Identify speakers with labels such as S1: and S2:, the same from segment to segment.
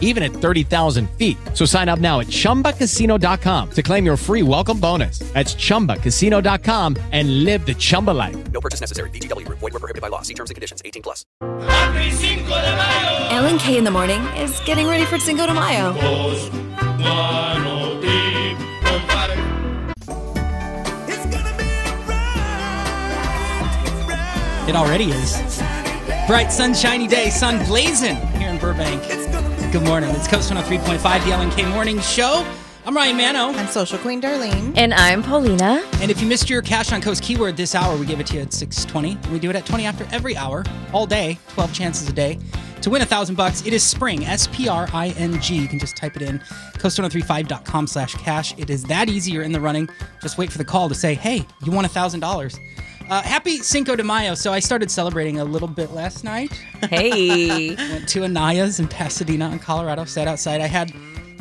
S1: even at 30,000 feet. So sign up now at chumbacasino.com to claim your free welcome bonus. That's chumbacasino.com and live the Chumba life.
S2: No purchase necessary. BGW. Void were prohibited by law. See terms and conditions. 18 plus.
S3: Happy Cinco de Mayo.
S4: Ellen K in the morning is getting ready for Cinco de Mayo.
S3: Dos, guano, ti, compadre. It's gonna be right, right.
S5: It already is. Bright, sunshiny day, sun blazing here in Burbank. Good morning. It's Coast 103.5, the Ellen K Morning Show. I'm Ryan Mano.
S6: I'm social queen Darlene.
S4: And I'm Paulina.
S5: And if you missed your Cash on Coast keyword this hour, we give it to you at 620. We do it at 20 after every hour, all day, 12 chances a day. To win a thousand bucks, it is spring, S-P-R-I-N-G. You can just type it in, coast1035.com slash cash. It is that easy. You're in the running. Just wait for the call to say, hey, you won a thousand dollars. Uh, Happy Cinco de Mayo. So I started celebrating a little bit last night.
S4: Hey.
S5: Went to Anaya's in Pasadena in Colorado, sat outside. I had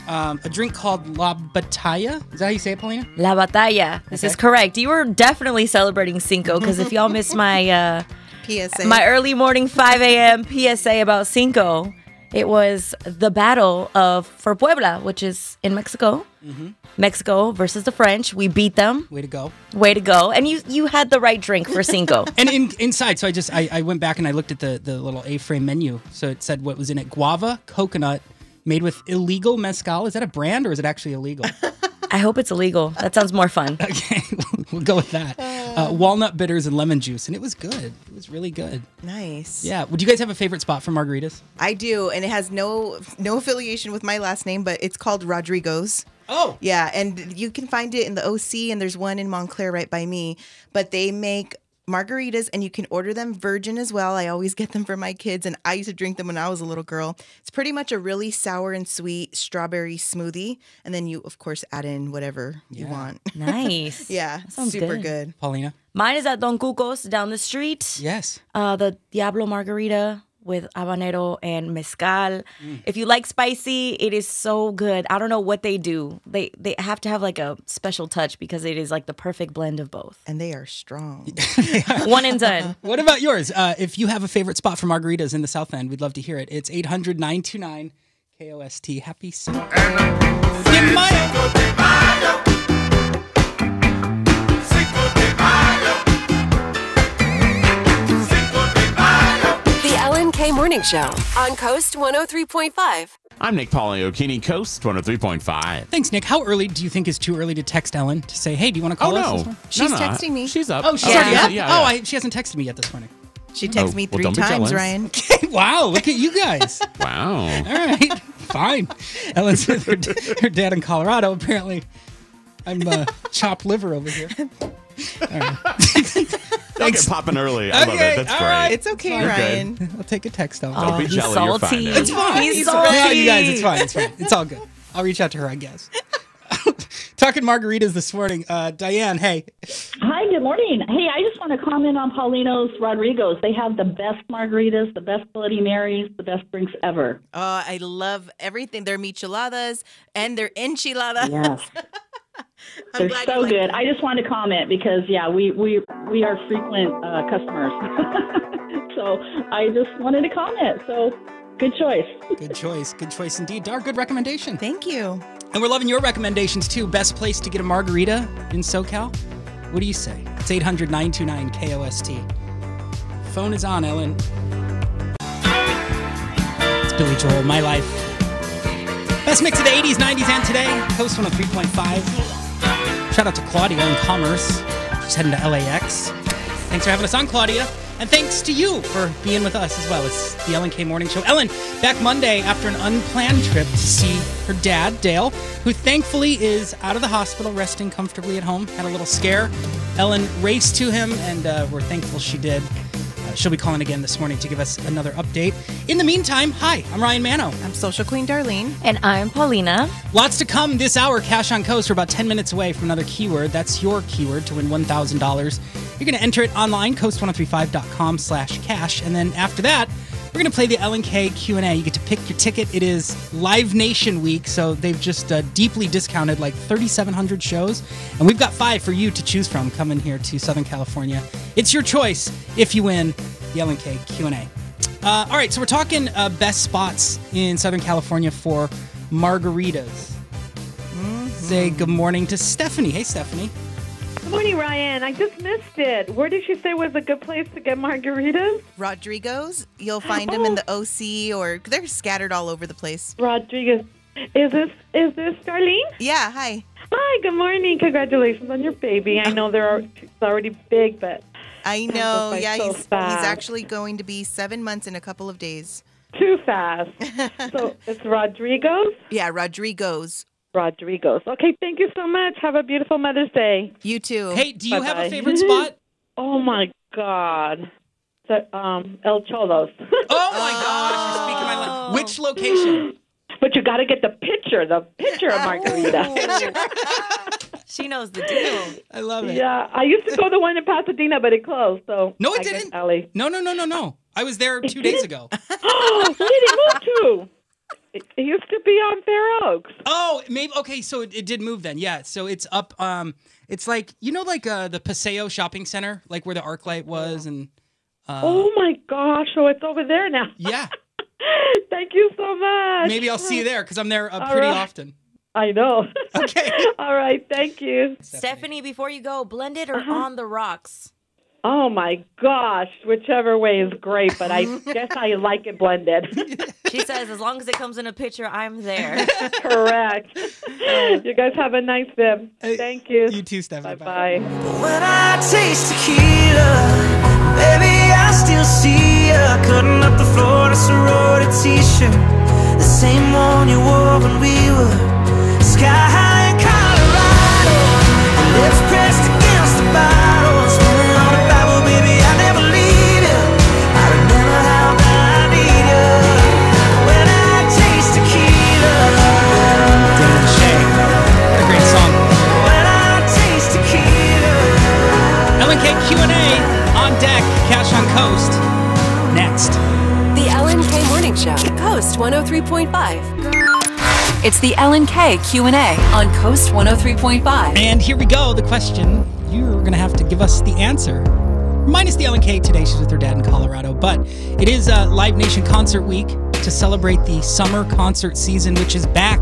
S5: um, a drink called La Batalla. Is that how you say it, Paulina?
S4: La Batalla. This is
S5: Okay.
S4: correct. You were definitely celebrating Cinco because if y'all missed my uh,
S6: PSA.
S4: my early morning 5 a.m. PSA about Cinco, it was the battle of for Puebla, which is in Mexico. Mexico versus the French. We beat them.
S5: Way to go.
S4: Way to go. And you you had the right drink for Cinco.
S5: And in, inside, so I just I, I went back and I looked at the the little A-frame menu. So it said what was in it: guava, coconut, made with illegal mezcal. Is that a brand or is it actually illegal?
S4: I hope it's illegal. That sounds more fun.
S5: okay, we'll go with that. Uh, walnut bitters and lemon juice, and it was good. It was really good.
S6: nice.
S5: Yeah. Would you guys have a favorite spot for margaritas?
S6: I do, and it has no no affiliation with my last name, but it's called Rodrigo's.
S5: Oh,
S6: Yeah, and you can find it in the OC, and there's one in Montclair right by me. But they make margaritas, and you can order them virgin as well. I always get them for my kids, and I used to drink them when I was a little girl. It's pretty much a really sour and sweet strawberry smoothie, and then you, of course, add in whatever you want.
S4: Nice.
S6: yeah,
S4: That sounds
S6: super
S4: good.
S6: good.
S5: Paulina.
S4: Mine is at Don Cuco's down the street.
S5: Yes.
S4: uh, the Diablo Margarita with habanero and mezcal. If you like spicy, it is so good. I don't know what they do. They they have to have like a special touch because it is like the perfect blend of both.
S6: And they are strong.
S4: One and done.
S5: What about yours? Uh, if you have a favorite spot for margaritas in the South End, we'd love to hear it. It's 800 929 KOST. Happy Cinco. de Mayo.
S3: Cinco de Mayo. Cinco de Mayo. Cinco de Mayo.
S7: The Ellen K Morning Show on Coast 103.5.
S8: I'm Nick Pagliocchini, Coast 103.5.
S5: Thanks, Nick. How early do you think is too early to text Ellen to say, hey, do you want to
S8: Oh,
S5: call us? this
S8: no.
S5: morning?
S6: She's
S8: No, no.
S6: texting me.
S8: She's up.
S5: Oh, she's
S4: Yeah.
S5: already up?
S8: Yeah,
S5: Oh,
S8: yeah.
S5: I, she hasn't texted me yet this morning.
S6: She texted me
S8: Oh, well,
S6: three
S8: don't be
S6: times,
S8: jealous.
S6: Ryan.
S5: wow, look at you guys.
S8: Wow.
S5: All right, fine. Ellen's with her, her dad in Colorado, apparently. I'm uh, chopped liver over here.
S8: Don't get popping early. I love
S5: Okay,
S8: it. That's
S5: all
S8: great.
S5: right.
S6: It's okay,
S8: You're good.
S6: Ryan.
S5: I'll take a text, Ellen.
S8: Don't be
S4: Oh, he's
S8: jelly,
S4: salty.
S8: you're fine, Ellen. It's
S4: He's,
S6: He's
S4: salty.
S5: Yeah, you guys, it's fine. It's fine. It's all good. I'll reach out to her, I guess. Talking margaritas this morning. Uh, Diane, hey.
S9: Hi, good morning. Hey, I just want to comment on Paulino's Rodrigo's. They have the best margaritas, the best Bloody Marys, the best drinks ever.
S6: Oh, I love everything. Their micheladas and their enchiladas.
S9: Yes.
S6: I'm
S9: They're
S6: glad you
S9: so
S6: like
S9: good.
S6: them.
S9: I just wanted to comment because, yeah, we, we, we are frequent uh, customers. so I just wanted to comment. So good choice.
S5: Good choice. Good choice indeed. Dar, good recommendation.
S6: Thank you.
S5: And we're loving your recommendations too. Best place to get a margarita in SoCal? What do you say? It's 800 929 KOST. Phone is on, Ellen. It's Billy Joel, My Life. Best mix of the 80s, 90s, and today. oh Coast 103.5. Shout out to Claudia in Commerce. She's heading to LAX. Thanks for having us on, Claudia. And thanks to you for being with us as well. It's the Ellen K Morning Show. Ellen, back Monday after an unplanned trip to see her dad, Dale, who thankfully is out of the hospital, resting comfortably at home. Had a little scare. Ellen raced to him, and uh, we're thankful she did. Uh, uh, she'll be calling again this morning to give us another update. In the meantime, hi, I'm Ryan Mano.
S10: I'm Social Queen Darlene.
S4: And I'm Paulina.
S5: Lots to come this hour. Cash on Coast. We're about 10 minutes away from another keyword. That's your keyword to win $1,000. You're going to enter it online, coast1035.com slash cash. And then after that, we're going to play the LNK Q&A. You get to pick your ticket. It is Live Nation week, so they've just uh, deeply discounted like 3,700 shows. And we've got five for you to choose from coming here to Southern California. It's your choice if you win the LNK Q&A. Uh, all right, so we're talking uh, best spots in Southern California for margaritas. Say good morning to Stephanie. Hey, Stephanie.
S11: Good morning, Ryan. I just missed it. Where did you say was a good place to get margaritas?
S10: Rodrigo's. You'll find them in the
S9: Oh.
S10: OC or they're scattered all over the place.
S11: Rodriguez. Is this is this Darlene?
S10: Yeah, hi.
S11: Hi. Good morning. Congratulations on your baby. I know they're al- it's already big, but
S10: I
S11: goes
S10: know.
S11: by
S10: Yeah,
S11: so
S10: he's, he's
S11: fast.
S10: actually going to be seven months in a couple of days.
S11: too fast. so it's Rodrigo's.
S10: Yeah, Rodrigo's.
S11: Rodrigo's. Okay. Thank you so much. Have a beautiful Mother's Day.
S10: You too.
S5: Hey, do you have a
S11: Bye-bye.
S5: favorite spot?
S11: Oh my God. The, um, El Cholos.
S5: Oh my gosh, you're speaking my language. Which location?
S11: but you got to get the picture. The picture of margarita.
S4: She knows the deal.
S5: I love it.
S11: Yeah, I used to go to one in Pasadena, but it closed. So
S5: No, it
S11: I guess
S5: didn't.
S11: Ellie.
S5: No, no, no, no, no. I was there two days ago.
S11: Oh, where did it move to? It, it used to be on Fair Oaks.
S5: Oh, maybe okay. So it, it did move then. Yeah. So it's up. Um, it's like you know, like uh, the Paseo Shopping Center, like where the ArcLight was, and Uh.
S11: oh my gosh! Oh, it's over there now.
S5: yeah,
S11: Thank you so much.
S5: maybe I'll see you there because I'm there uh,
S11: All
S5: pretty
S11: right.
S5: often.
S11: I know.
S5: Okay.
S11: All right. Thank you.
S4: Stephanie, before you go, blended or on the rocks?
S11: Oh my gosh! Whichever way is great, but I guess I like it blended.
S4: She says, as long as it comes in a picture, I'm there.
S11: Correct. you guys have a nice day.
S5: Hey,
S11: Thank you.
S5: Uh, You too, Stephanie.
S11: Bye bye.
S3: When I taste tequila, baby, I still see ya cutting up the floor in a sorority t-shirt, the same one you wore when we were sky high in Colorado. Our Lips pressed against the bottle, standing on the Bible, baby, I never leave ya. I remember how I need ya when I taste tequila.
S5: A great song.
S3: When I taste tequila.
S5: LNK Q and A on deck. Cash on coast. Next.
S7: The Ellen K Morning Show, Coast 103.5. It's the Ellen K Q&A on Coast 103.5.
S5: And here we go. The question you're going to have to give us the answer. Minus the LNK today, she's with her dad in Colorado. But it is uh, Live Nation Concert Week to celebrate the summer concert season, which is back.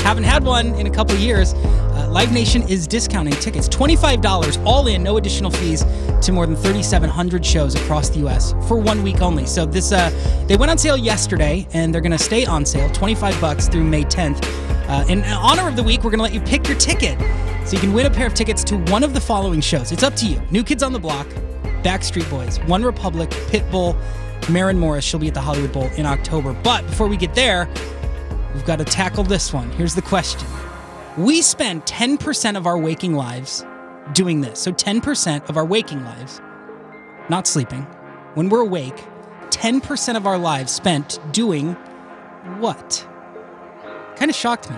S5: Haven't had one in a couple years. Uh, Live Nation is discounting tickets $25 all in, no additional fees, to more than 3,700 shows across the U.S. for one week only. So this, uh, they went on sale yesterday, and they're going to stay on sale, 25 bucks through May 10th. Uh, in honor of the week, we're going to let you pick your ticket. So you can win a pair of tickets to one of the following shows. It's up to you. New Kids on the Block, Backstreet Boys, One Republic, Pitbull, Marin Morris. She'll be at the Hollywood Bowl in October. But before we get there, we've got to tackle this one. Here's the question. We spend 10% of our waking lives doing this. So 10% of our waking lives, not sleeping, when we're awake, 10% of our lives spent doing what? Kind of shocked me.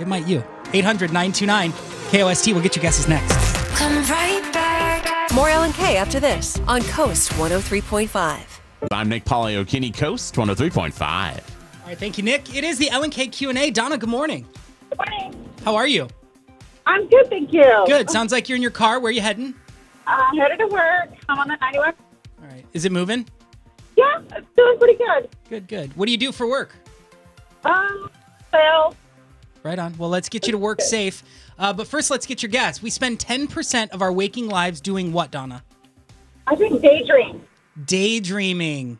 S5: It might you. 800 929 KOST. We'll get your guesses next.
S7: More Ellen K after this on Coast 103.5.
S8: I'm Nick Poliokini Coast 103.5.
S5: All right, thank you, Nick. It is the LNK Q&A. Donna, good morning. How are you?
S11: I'm good, thank you.
S5: Good. Sounds like you're in your car. Where are you heading?
S11: Uh, headed to work. I'm on the 91.
S5: All right. Is it moving?
S11: Yeah, it's doing pretty good.
S5: Good, good. What do you do for work?
S11: Um, so
S5: Right on. Well, let's get you to work safe. Uh, but first, let's get your guess. We spend 10% of our waking lives doing what, Donna?
S11: I think daydream.
S5: Daydreaming.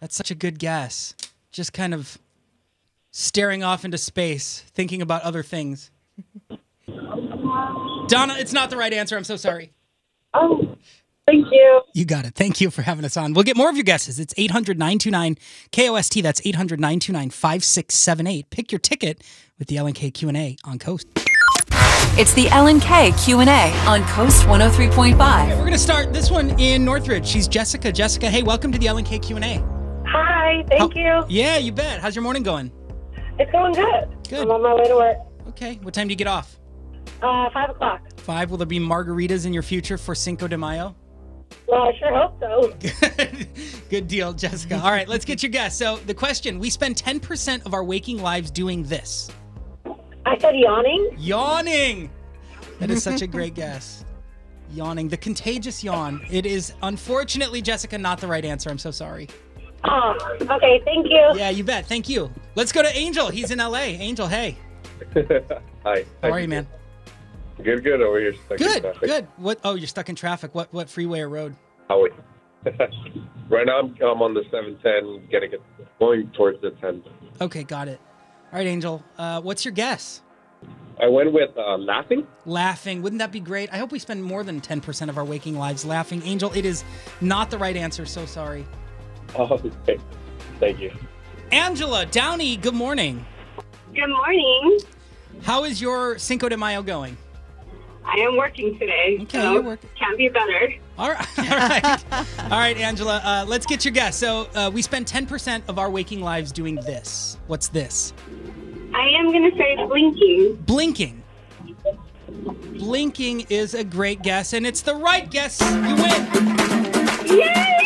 S5: That's such a good guess. Just kind of staring off into space, thinking about other things. Donna, it's not the right answer. I'm so sorry.
S11: Oh, thank you.
S5: You got it. Thank you for having us on. We'll get more of your guesses. It's 800 929 KOST. That's 800 929 5678. Pick your ticket with the LNK Q&A on Coast.
S7: It's the Ellen K Q&A on Coast 103.5.
S5: We're gonna start this one in Northridge. She's Jessica. Jessica, hey, welcome to the LNK Q and A.
S12: Hi, thank you.
S5: Yeah, you bet. How's your morning going?
S12: It's going good.
S5: Good.
S12: I'm on my way to work.
S5: Okay. What time do you get off?
S12: Uh, five o'clock.
S5: Five. Will there be margaritas in your future for Cinco de Mayo?
S12: Well, I sure hope so.
S5: Good deal, Jessica. All right, let's get your guess. So the question: We spend ten percent of our waking lives doing this.
S12: I said yawning.
S5: Yawning. That is such a great guess. Yawning. The contagious yawn. It is unfortunately, Jessica, not the right answer. I'm so sorry.
S12: Oh, okay, thank you.
S5: Yeah, you bet. Thank you. Let's go to Angel. He's in LA. Angel, hey.
S13: Hi.
S5: How are you, man?
S13: Good, good over here. Stuck in
S5: Good,
S13: traffic.
S5: good. What oh you're stuck in traffic. What what freeway or road?
S13: How are you? right now, I'm, I'm on the 710, getting it, going towards the 10.
S5: Okay, got it. All right, Angel. Uh, what's your guess?
S13: I went with uh, laughing.
S5: Laughing. Wouldn't that be great? I hope we spend more than 10% of our waking lives laughing. Angel, it is not the right answer. So sorry.
S13: Oh, okay. Thank you.
S5: Angela Downey, good morning.
S12: Good morning.
S5: How is your Cinco de Mayo going?
S12: I am working today.
S5: Okay,
S12: so
S5: you're work-
S12: Can't be better.
S5: All right. All right, All right Angela. Uh, let's get your guess. So uh, we spend 10% of our waking lives doing this. What's this?
S12: I am gonna say blinking.
S5: Blinking. Blinking is a great guess, and it's the right guess. You win.
S12: Yay!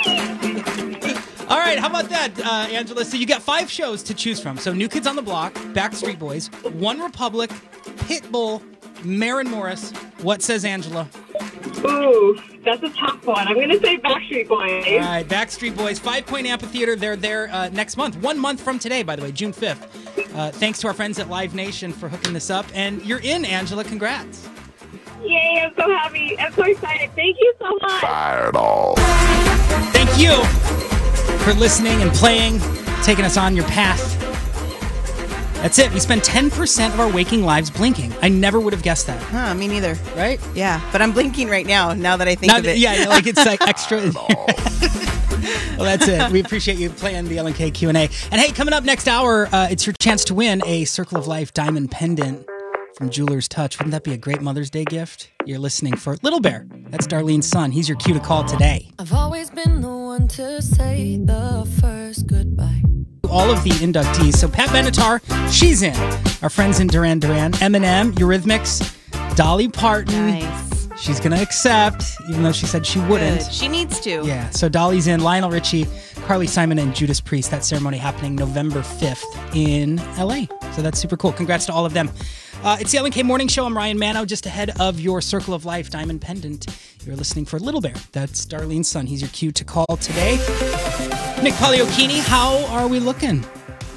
S5: All right, how about that, uh, Angela? So you got five shows to choose from. So New Kids on the Block, Backstreet Boys, One Republic, Pitbull, Marin Morris. What says Angela?
S12: Ooh, that's a tough one. I'm gonna say Backstreet
S5: All
S12: Boys.
S5: right, Backstreet Boys, Five Point Amphitheater. They're there uh, next month, one month from today, by the way, June 5th. Uh, thanks to our friends at Live Nation for hooking this up. And you're in, Angela. Congrats.
S12: Yay! I'm so happy. I'm so excited. Thank you so much.
S5: Thank you for listening and playing, taking us on your path. That's it. We spend 10% of our waking lives blinking. I never would have guessed that,
S10: Huh, me neither.
S5: right?
S10: Yeah, but I'm blinking right now. Now that I think
S5: Now
S10: of
S5: that-
S10: it.
S5: Yeah, like it's like extra. well, that's it. We appreciate you playing the LNK Q and A. And hey, coming up next hour, uh, it's your chance to win a Circle of Life diamond pendant from Jewelers Touch. Wouldn't that be a great Mother's Day gift? You're listening for Little Bear. That's Darlene's son. He's your cue to call today.
S14: I've always been the one to say the first goodbye.
S5: All of the inductees. So Pat Benatar, she's in. Our friends in Duran Duran, Eminem, Eurythmics, Dolly Parton.
S10: Nice.
S5: She's gonna accept, even though she said she wouldn't.
S10: Good. She needs to.
S5: Yeah, so Dolly's in, Lionel Richie, Carly Simon, and Judas Priest. That ceremony happening November 5th in LA. So that's super cool. Congrats to all of them. Uh, it's the LNK Morning Show. I'm Ryan Mano, just ahead of your Circle of Life Diamond Pendant. You're listening for Little Bear. That's Darlene's son. He's your cue to call today. Nick Pagliocchini, how are we looking?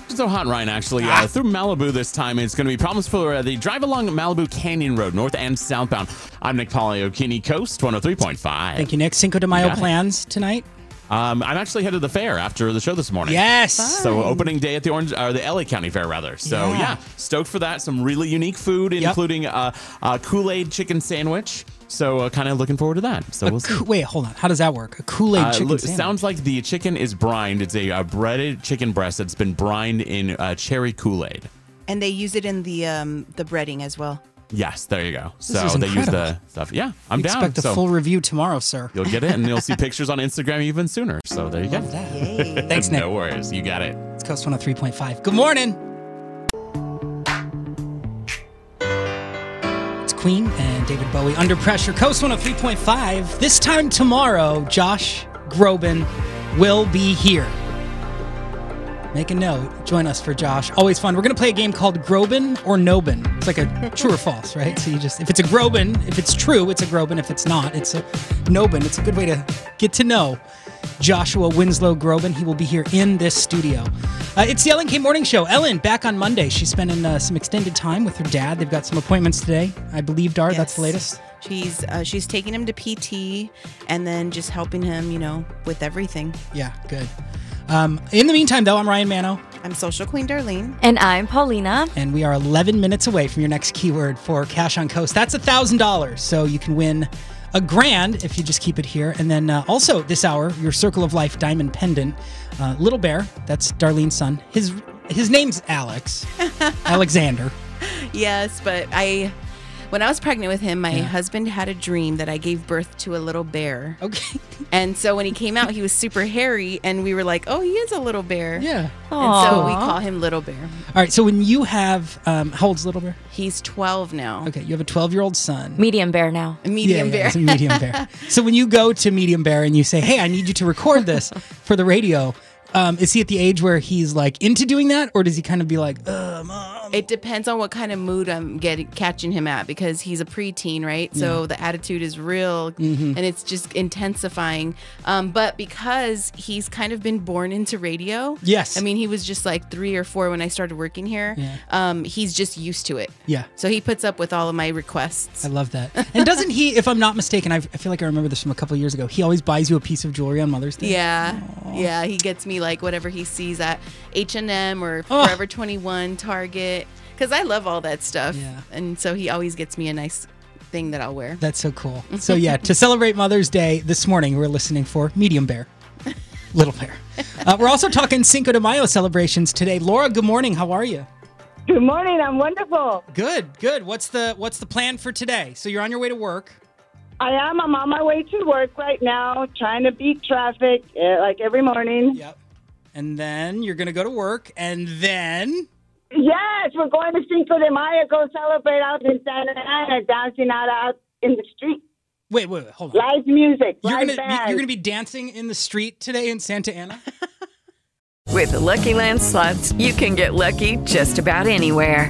S8: So hot, Ryan, actually. Uh, through Malibu this time, it's going to be problems for uh, the drive along Malibu Canyon Road, north and southbound. I'm Nick Poliokini, Coast 103.5.
S5: Thank you, Nick. Cinco de Mayo
S8: got it.
S5: plans tonight?
S8: Um, I'm actually headed to the fair after the show this morning.
S5: Yes.
S8: So opening day at the Orange or the LA County Fair rather. So
S5: Yeah.
S8: yeah, stoked for that. Some really unique food,
S5: Yep.
S8: including uh, a Kool Aid chicken sandwich. So uh, kind of looking forward to that. So we'll see.
S5: Coo- Wait, hold on. How does that work? A Kool Aid
S8: Uh,
S5: chicken
S8: look,
S5: sandwich.
S8: sounds like the chicken is brined. It's a, uh breaded chicken breast that's been brined in uh, cherry Kool Aid.
S10: And they use it in the um the breading as well.
S8: Yes, there you go. so
S5: is
S8: they use the
S5: incredible.
S8: stuff. Yeah, I'm down.
S5: Expect a
S8: so
S5: full review tomorrow, sir.
S8: you'll get it, and you'll see pictures on Instagram even sooner. So there you go.
S5: Thanks, Nick.
S8: No worries, you got it.
S5: It's Coast 103.5. Good morning. It's Queen and David Bowie under pressure. Coast 103.5. This time tomorrow, Josh Groban will be here. Make a note. Join us for Josh. Always fun. We're going to play a game called Groban or Nobin. It's like a true or false, right? So you just, if it's a Groban, if it's true, it's a Groban. If it's not, it's a Nobin. It's a good way to get to know Joshua Winslow Groban. He will be here in this studio. Uh, it's the Ellen K Morning Show. Ellen back on Monday. She's spending uh, some extended time with her dad. They've got some appointments today. I believe, Dar. That's the
S10: Yes.
S5: latest.
S10: She's uh, she's taking him to PT and then just helping him, you know, with everything.
S5: Yeah, good. Um, in the meantime, though, I'm Ryan Mano.
S10: I'm social queen Darlene.
S4: And I'm Paulina.
S5: and we are 11 minutes away from your next keyword for cash on coast that's $1000 so you can win a grand if you just keep it here and then uh, also this hour your circle of life diamond pendant uh, little bear that's darlene's son his his name's alex alexander
S10: Yes, but I When I was pregnant with him, my husband had a dream that I gave birth to a little bear.
S5: Okay.
S10: And so when he came out, he was super hairy, and we were like, "Oh, he is a little bear."
S5: Yeah.
S10: And so we
S5: Aw.
S10: call him Little Bear.
S5: All right. So when you have, um, how old's Little Bear?
S10: He's 12 now.
S5: Okay, you have a 12 year old son.
S4: Medium bear now.
S10: Medium
S5: yeah,
S10: bear.
S5: it's a medium bear. so when you go to medium bear and you say, "Hey, I need you to record this for the radio," um, is he at the age where he's like into doing that, or does he kind of be like, Ugh,
S10: It depends on what kind of mood I'm getting catching him at because he's a preteen, right? So
S5: Yeah.
S10: the attitude is real
S5: Mhm.
S10: and it's just intensifying. Um, but because he's kind of been born into radio,
S5: Yes.
S10: I mean he was just like three or four when I started working here.
S5: Yeah.
S10: Um, he's just used to it.
S5: "Yeah,
S10: So he puts up with all of my requests.
S5: I love that." And doesn't he, if I'm not mistaken, I've, I feel like I remember this from a couple years ago. He always buys you a piece of jewelry on Mother's Day.
S10: Yeah, yeah. He gets me like whatever he sees at H and M or
S5: Oh.
S10: Forever Twenty One, Target, because I love all that stuff. Yeah. And so he always gets me a nice thing that I'll wear.
S5: That's so cool. So yeah, to celebrate Mother's Day this morning, we're listening for Medium Bear, Little Bear. Uh, we're also talking Cinco de Mayo celebrations today. Laura, good morning. How are you?
S12: Good morning. I'm wonderful.
S5: Good, good. What's the what's the plan for today? So you're on your way to work.
S12: I am. I'm on my way to work right now, trying to beat traffic eh, like every morning.
S5: Yep. And then you're going to go to work. And then.
S12: Yes, we're going to Cinco de Mayo. Go celebrate out in Santa Ana, dancing out out in the street.
S5: Wait, wait, wait hold on.
S12: Live music,
S5: You're
S12: live
S5: gonna be,
S12: band.
S5: you're gonna be dancing in the street today in Santa Ana.
S7: With the Lucky Land slots, you can get lucky just about anywhere.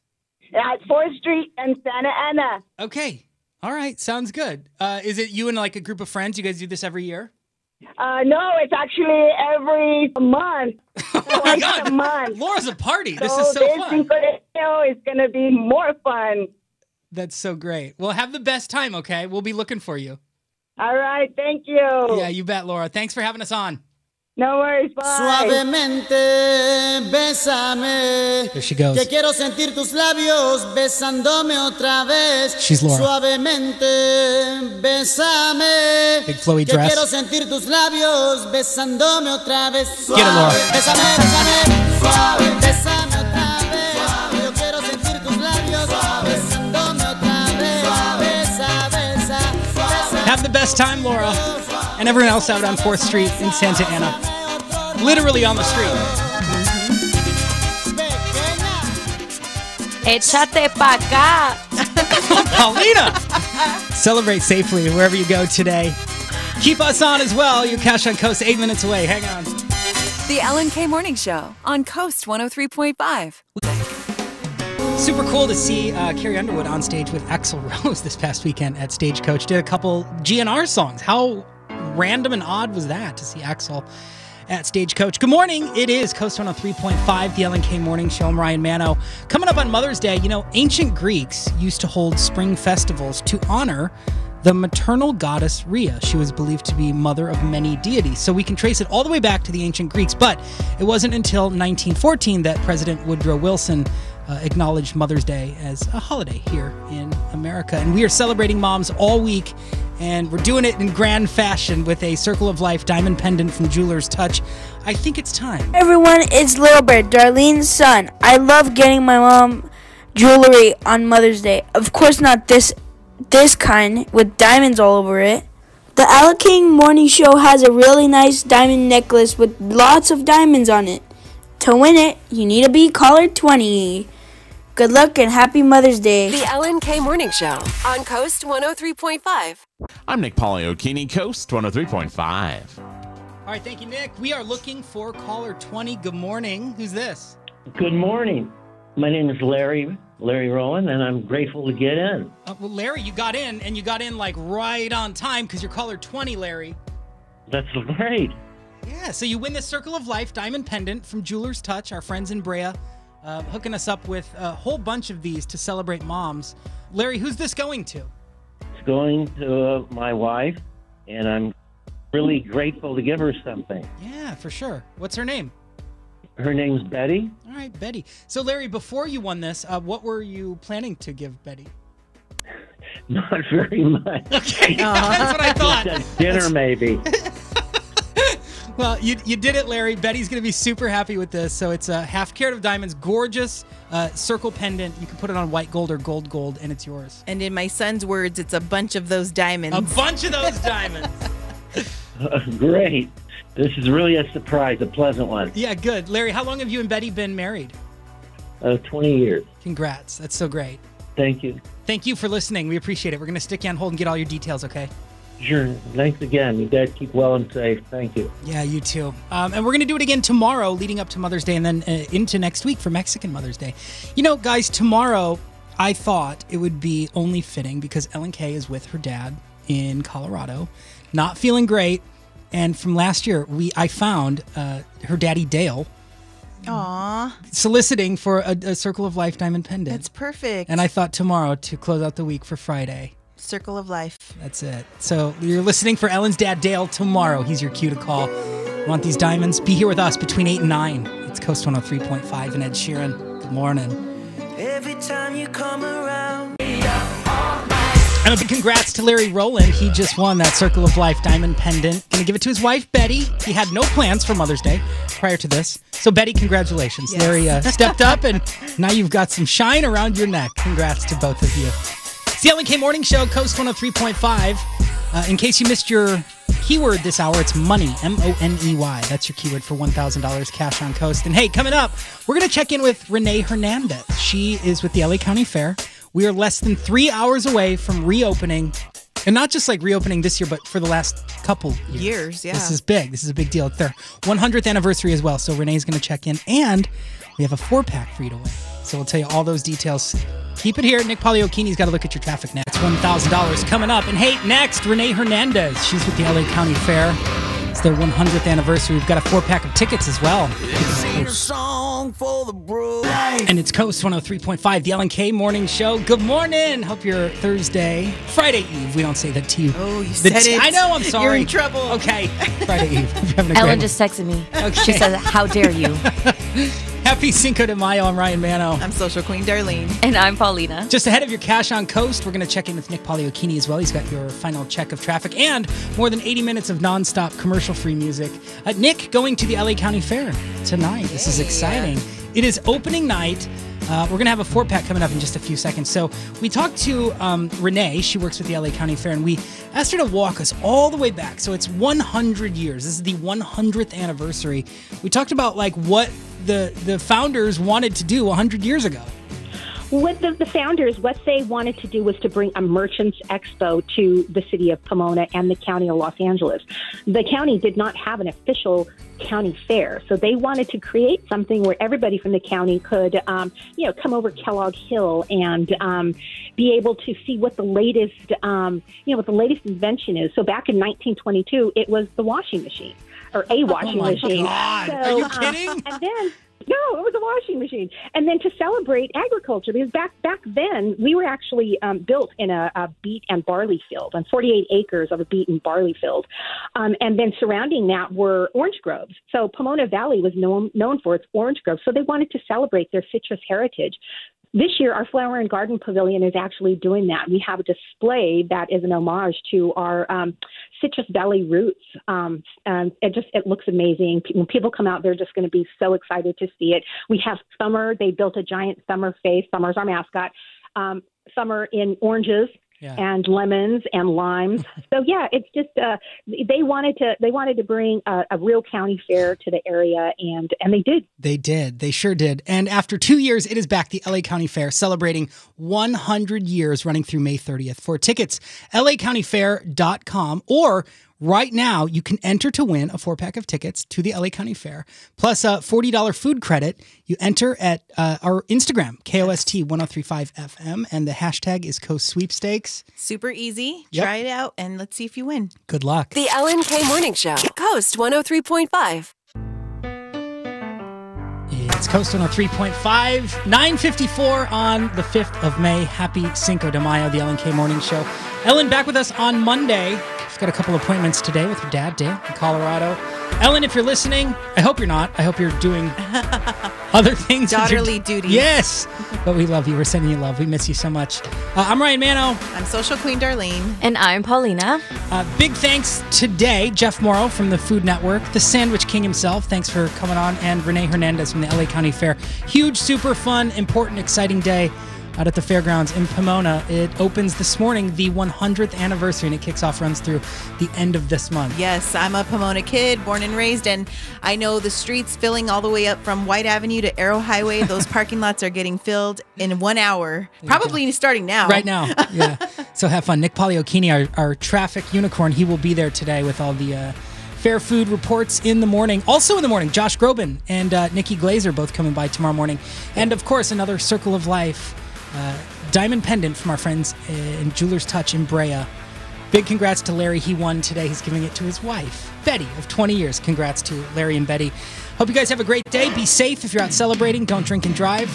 S12: at Fourth Street and Santa Ana.
S5: Okay. All right. Sounds good. Uh, is it you and like a group of friends? You guys do this every year?
S12: Uh, no, it's actually every month. Twice a month.
S5: Oh Laura's a party. This
S12: so
S5: is so
S12: this
S5: fun.
S12: Cinco de Mayo is going to be more fun.
S5: That's so great. Well, have the best time. Okay. We'll be looking for you.
S12: All right, thank you.
S11: Oh.
S5: Yeah, you bet, Laura. Thanks for having us on.
S12: No worries. Bye.
S15: Suavemente, bésame.
S5: There she goes.
S15: Que quiero sentir tus labios besándome otra vez.
S5: She's Laura.
S15: Suavemente, bésame.
S5: Big flowy
S15: que
S5: dress.
S15: quiero sentir tus labios besándome otra vez.
S5: Get it, Laura.
S15: Bésame, bésame, suave, bésame otra vez. Yo quiero sentir tus labios besándome otra vez. Besa, besa, besa.
S5: Have the best time, Laura, and everyone else out on 4th Street in Santa Ana. Literally on the street.
S4: Echate pa acá.
S5: Paulina! Celebrate safely wherever you go today. Keep us on as well. Your Cash on Coast, eight minutes away. Hang on.
S7: The Ellen K Morning Show on Coast 103.5.
S5: Super cool to see uh, Carrie Underwood on stage with Axl Rose this past weekend at Stagecoach. Did a couple GNR songs. How random and odd was that to see Axl at Stagecoach? Good morning. It is Coast 103.5, the LNK Morning Show. I'm Ryan Mano. Coming up on Mother's Day, you know, ancient Greeks used to hold spring festivals to honor the maternal goddess Rhea. She was believed to be mother of many deities. So we can trace it all the way back to the ancient Greeks, but it wasn't until 1914 that President Woodrow Wilson uh, acknowledged Mother's Day as a holiday here in America. And we are celebrating moms all week, and we're doing it in grand fashion with a Circle of Life diamond pendant from Jeweler's Touch. I think it's time.
S16: Everyone, it's Little Bear, Darlene's son. I love getting my mom jewelry on Mother's Day. Of course, not this this kind with diamonds all over it. The Al King Morning Show has a really nice diamond necklace with lots of diamonds on it. To win it, you need to be caller 20. Good luck and happy Mother's Day.
S7: The Ellen K Morning Show on Coast 103.5.
S8: I'm Nick Poliokini, Coast 103.5.
S5: All right, thank you, Nick. We are looking for caller 20. Good morning. Who's this?
S17: Good morning. My name is Larry, Larry Rowan, and I'm grateful to get in.
S5: Uh, well, Larry, you got in, and you got in like right on time because you're caller 20, Larry.
S17: That's great.
S5: Yeah, so you win the Circle of Life diamond pendant from Jeweler's Touch, our friends in Brea, uh, hooking us up with a whole bunch of these to celebrate moms. Larry, who's this going to?
S17: It's going to uh, my wife, and I'm really grateful to give her something.
S5: Yeah, for sure. What's her name?
S17: Her name's Betty.
S5: All right, Betty. So, Larry, before you won this, uh, what were you planning to give Betty?
S17: Not very much.
S5: Okay, that's what I thought.
S17: Just a dinner, maybe.
S5: Well, you, you did it, Larry. Betty's going to be super happy with this. So it's a half carat of diamonds, gorgeous uh, circle pendant. You can put it on white gold or gold gold, and it's yours.
S10: And in my son's words, it's a bunch of those diamonds.
S5: A bunch of those diamonds.
S17: Great. This is really a surprise, a pleasant one.
S5: yeah, good. Larry, how long have you and Betty been married?
S17: Uh, 20 years.
S5: Congrats. That's so great.
S17: Thank you.
S5: Thank you for listening. We appreciate it. We're going to stick you on hold and get all your details, okay?
S17: Sure. Thanks again. You guys keep well and safe. Thank you.
S5: Yeah, you too. Um, and we're going to do it again tomorrow, leading up to Mother's Day, and then uh, into next week for Mexican Mother's Day. You know, guys, tomorrow I thought it would be only fitting because Ellen Kay is with her dad in Colorado, not feeling great. And from last year, we I found uh, her daddy Dale
S10: Aw,
S5: soliciting for a, a Circle of Life diamond pendant.
S10: that's perfect.
S5: and I thought tomorrow to close out the week for Friday.
S10: circle of life.
S5: That's it. So you're listening for Ellen's dad, Dale, tomorrow. He's your cue to call. Want these diamonds? Be here with us between 8 and 9. It's Coast 103.5 and Ed Sheeran. Good morning.
S3: Every time you come around.
S5: And a big congrats to Larry Rowland. He just won that Circle of Life diamond pendant. Gonna give it to his wife, Betty. He had no plans for Mother's Day prior to this. So, Betty, congratulations.
S2: Yes.
S5: Larry uh, stepped up, and now you've got some shine around your neck. Congrats to both of you. It's the LNK Morning Show, Coast 103.5. Uh, in case you missed your keyword this hour, it's money, M O N E Y. That's your keyword for $1,000 cash on Coast. And hey, coming up, we're going to check in with Renee Hernandez. She is with the LA County Fair. We are less than three hours away from reopening, and not just like reopening this year, but for the last couple years.
S10: Years, yeah.
S5: This is big. This is a big deal. It's their 100th anniversary as well. So Renee's going to check in, and we have a four pack for you to win. So we'll tell you all those details. Keep it here. Nick Poliokini's got to look at your traffic next. $1,000 coming up. And hey, next, Renee Hernandez. She's with the LA County Fair. It's their 100th anniversary. We've got a four pack of tickets as well. And it's Coast 103.5, the LNK Morning Show. Good morning. Hope your Thursday, Friday Eve. We don't say that to you. Oh, you
S10: said it.
S5: I know. I'm
S10: You're
S5: sorry.
S10: in
S5: trouble. Okay. Friday Eve. Hope you're having a great
S4: Ellen
S5: one.
S4: just texted me.
S5: Okay.
S4: She says, "How dare you?"
S5: Happy Cinco de Mayo. I'm Ryan Mano.
S10: I'm Social Queen Darlene.
S4: And I'm Paulina.
S5: Just ahead of your Cash on Coast, we're going to check in with Nick Poliokini as well. He's got your final check of traffic and more than 80 minutes of nonstop commercial free music. Uh, Nick going to the LA County Fair tonight. This is exciting. It is opening night. Uh, we're going to have a four pack coming up in just a few seconds. So, we talked to um, Renee. She works with the LA County Fair, and we asked her to walk us all the way back. So, it's 100 years. This is the 100th anniversary. We talked about like what the, the founders wanted to do 100 years ago.
S18: What the, the founders, what they wanted to do was to bring a merchants expo to the city of Pomona and the county of Los Angeles. The county did not have an official county fair, so they wanted to create something where everybody from the county could, um, you know, come over Kellogg Hill and um, be able to see what the latest, um, you know, what the latest invention is. So back in 1922, it was the washing machine or a washing
S15: Oh my
S18: machine.
S15: God.
S18: So,
S5: uh,
S15: Are you
S18: um,
S15: kidding?
S18: and then no, it was a washing machine. And then to celebrate agriculture, because back back then we were actually um, built in a, a beet and barley field, on 48 acres of a beet and barley field, um, and then surrounding that were orange groves. So Pomona Valley was known known for its orange groves. So they wanted to celebrate their citrus heritage. This year, our Flower and Garden Pavilion is actually doing that. We have a display that is an homage to our um, Citrus Valley roots. Um, and it just it looks amazing. Pe- When people come out, they're just going to be so excited to see it. We have Summer. They built a giant Summer face. Summer's our mascot. Um, summer in oranges.
S15: Yeah.
S18: And lemons and limes. so yeah, it's just uh, they wanted to they wanted to bring a, a real county fair to the area, and and they did.
S5: They did. They sure did. And after two years, it is back. The LA County Fair celebrating 100 years running through May 30th. For tickets, lacountyfair.com or right now you can enter to win a four pack of tickets to the LA County Fair plus a $40 food credit. You enter at uh, our Instagram, KOST1035FM, and the hashtag is Coast Sweepstakes.
S10: Super easy.
S5: Yep.
S10: Try it out and let's see if you win.
S5: Good luck.
S19: The Ellen K Morning Show, Coast 103.5.
S5: It's Coast 103.5, 954 on the 5th of May. Happy Cinco de Mayo, the Ellen K Morning Show. Ellen back with us on Monday. She's got a couple appointments today with her dad, Dale, in Colorado. Ellen, if you're listening, I hope you're not. I hope you're doing other things. with your-
S10: Daughterly duties.
S5: Yes. But we love you. We're sending you love. We miss you so much. Uh, I'm Ryan Mano.
S10: I'm Social Queen Darlene.
S4: And I'm Paulina.
S5: Uh, big thanks today, Jeff Morrow from the Food Network, the Sandwich King himself. Thanks for coming on, and Renee Hernandez from the LA County Fair. Huge, super fun, important, exciting day out at the fairgrounds in Pomona. It opens this morning, the 100th anniversary, and it kicks off, runs through the end of this month.
S10: Yes, I'm a Pomona kid, born and raised, and I know the streets filling all the way up from White Avenue to Arrow Highway. Those parking lots are getting filled in one hour, probably starting now.
S5: Right now. Yeah. so have fun. Nick Poliokini, our, our traffic unicorn, he will be there today with all the uh, fair food reports in the morning. Also in the morning, Josh Groban and uh, Nikki Glazer both coming by tomorrow morning. And of course, another Circle of Life uh, diamond pendant from our friends in Jeweler's Touch in Brea. Big congrats to Larry. He won today. He's giving it to his wife, Betty, of 20 years. Congrats to Larry and Betty. Hope you guys have a great day. Be safe if you're out celebrating. Don't drink and drive.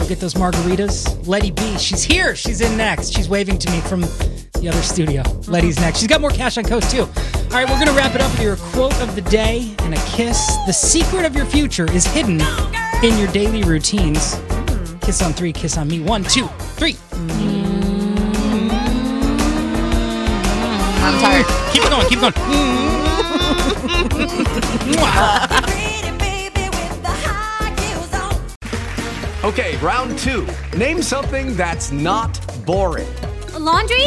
S5: Go Get those margaritas. Letty B, she's here. She's in next. She's waving to me from the other studio. Letty's next. She's got more cash on Coast, too. All right, we're going to wrap it up with your quote of the day and a kiss. The secret of your future is hidden in your daily routines. Kiss on three, kiss on me. One, two, three. I'm tired. Keep it going. Keep it going. Mwah.
S2: Okay, round two. Name something that's not boring.
S19: A laundry?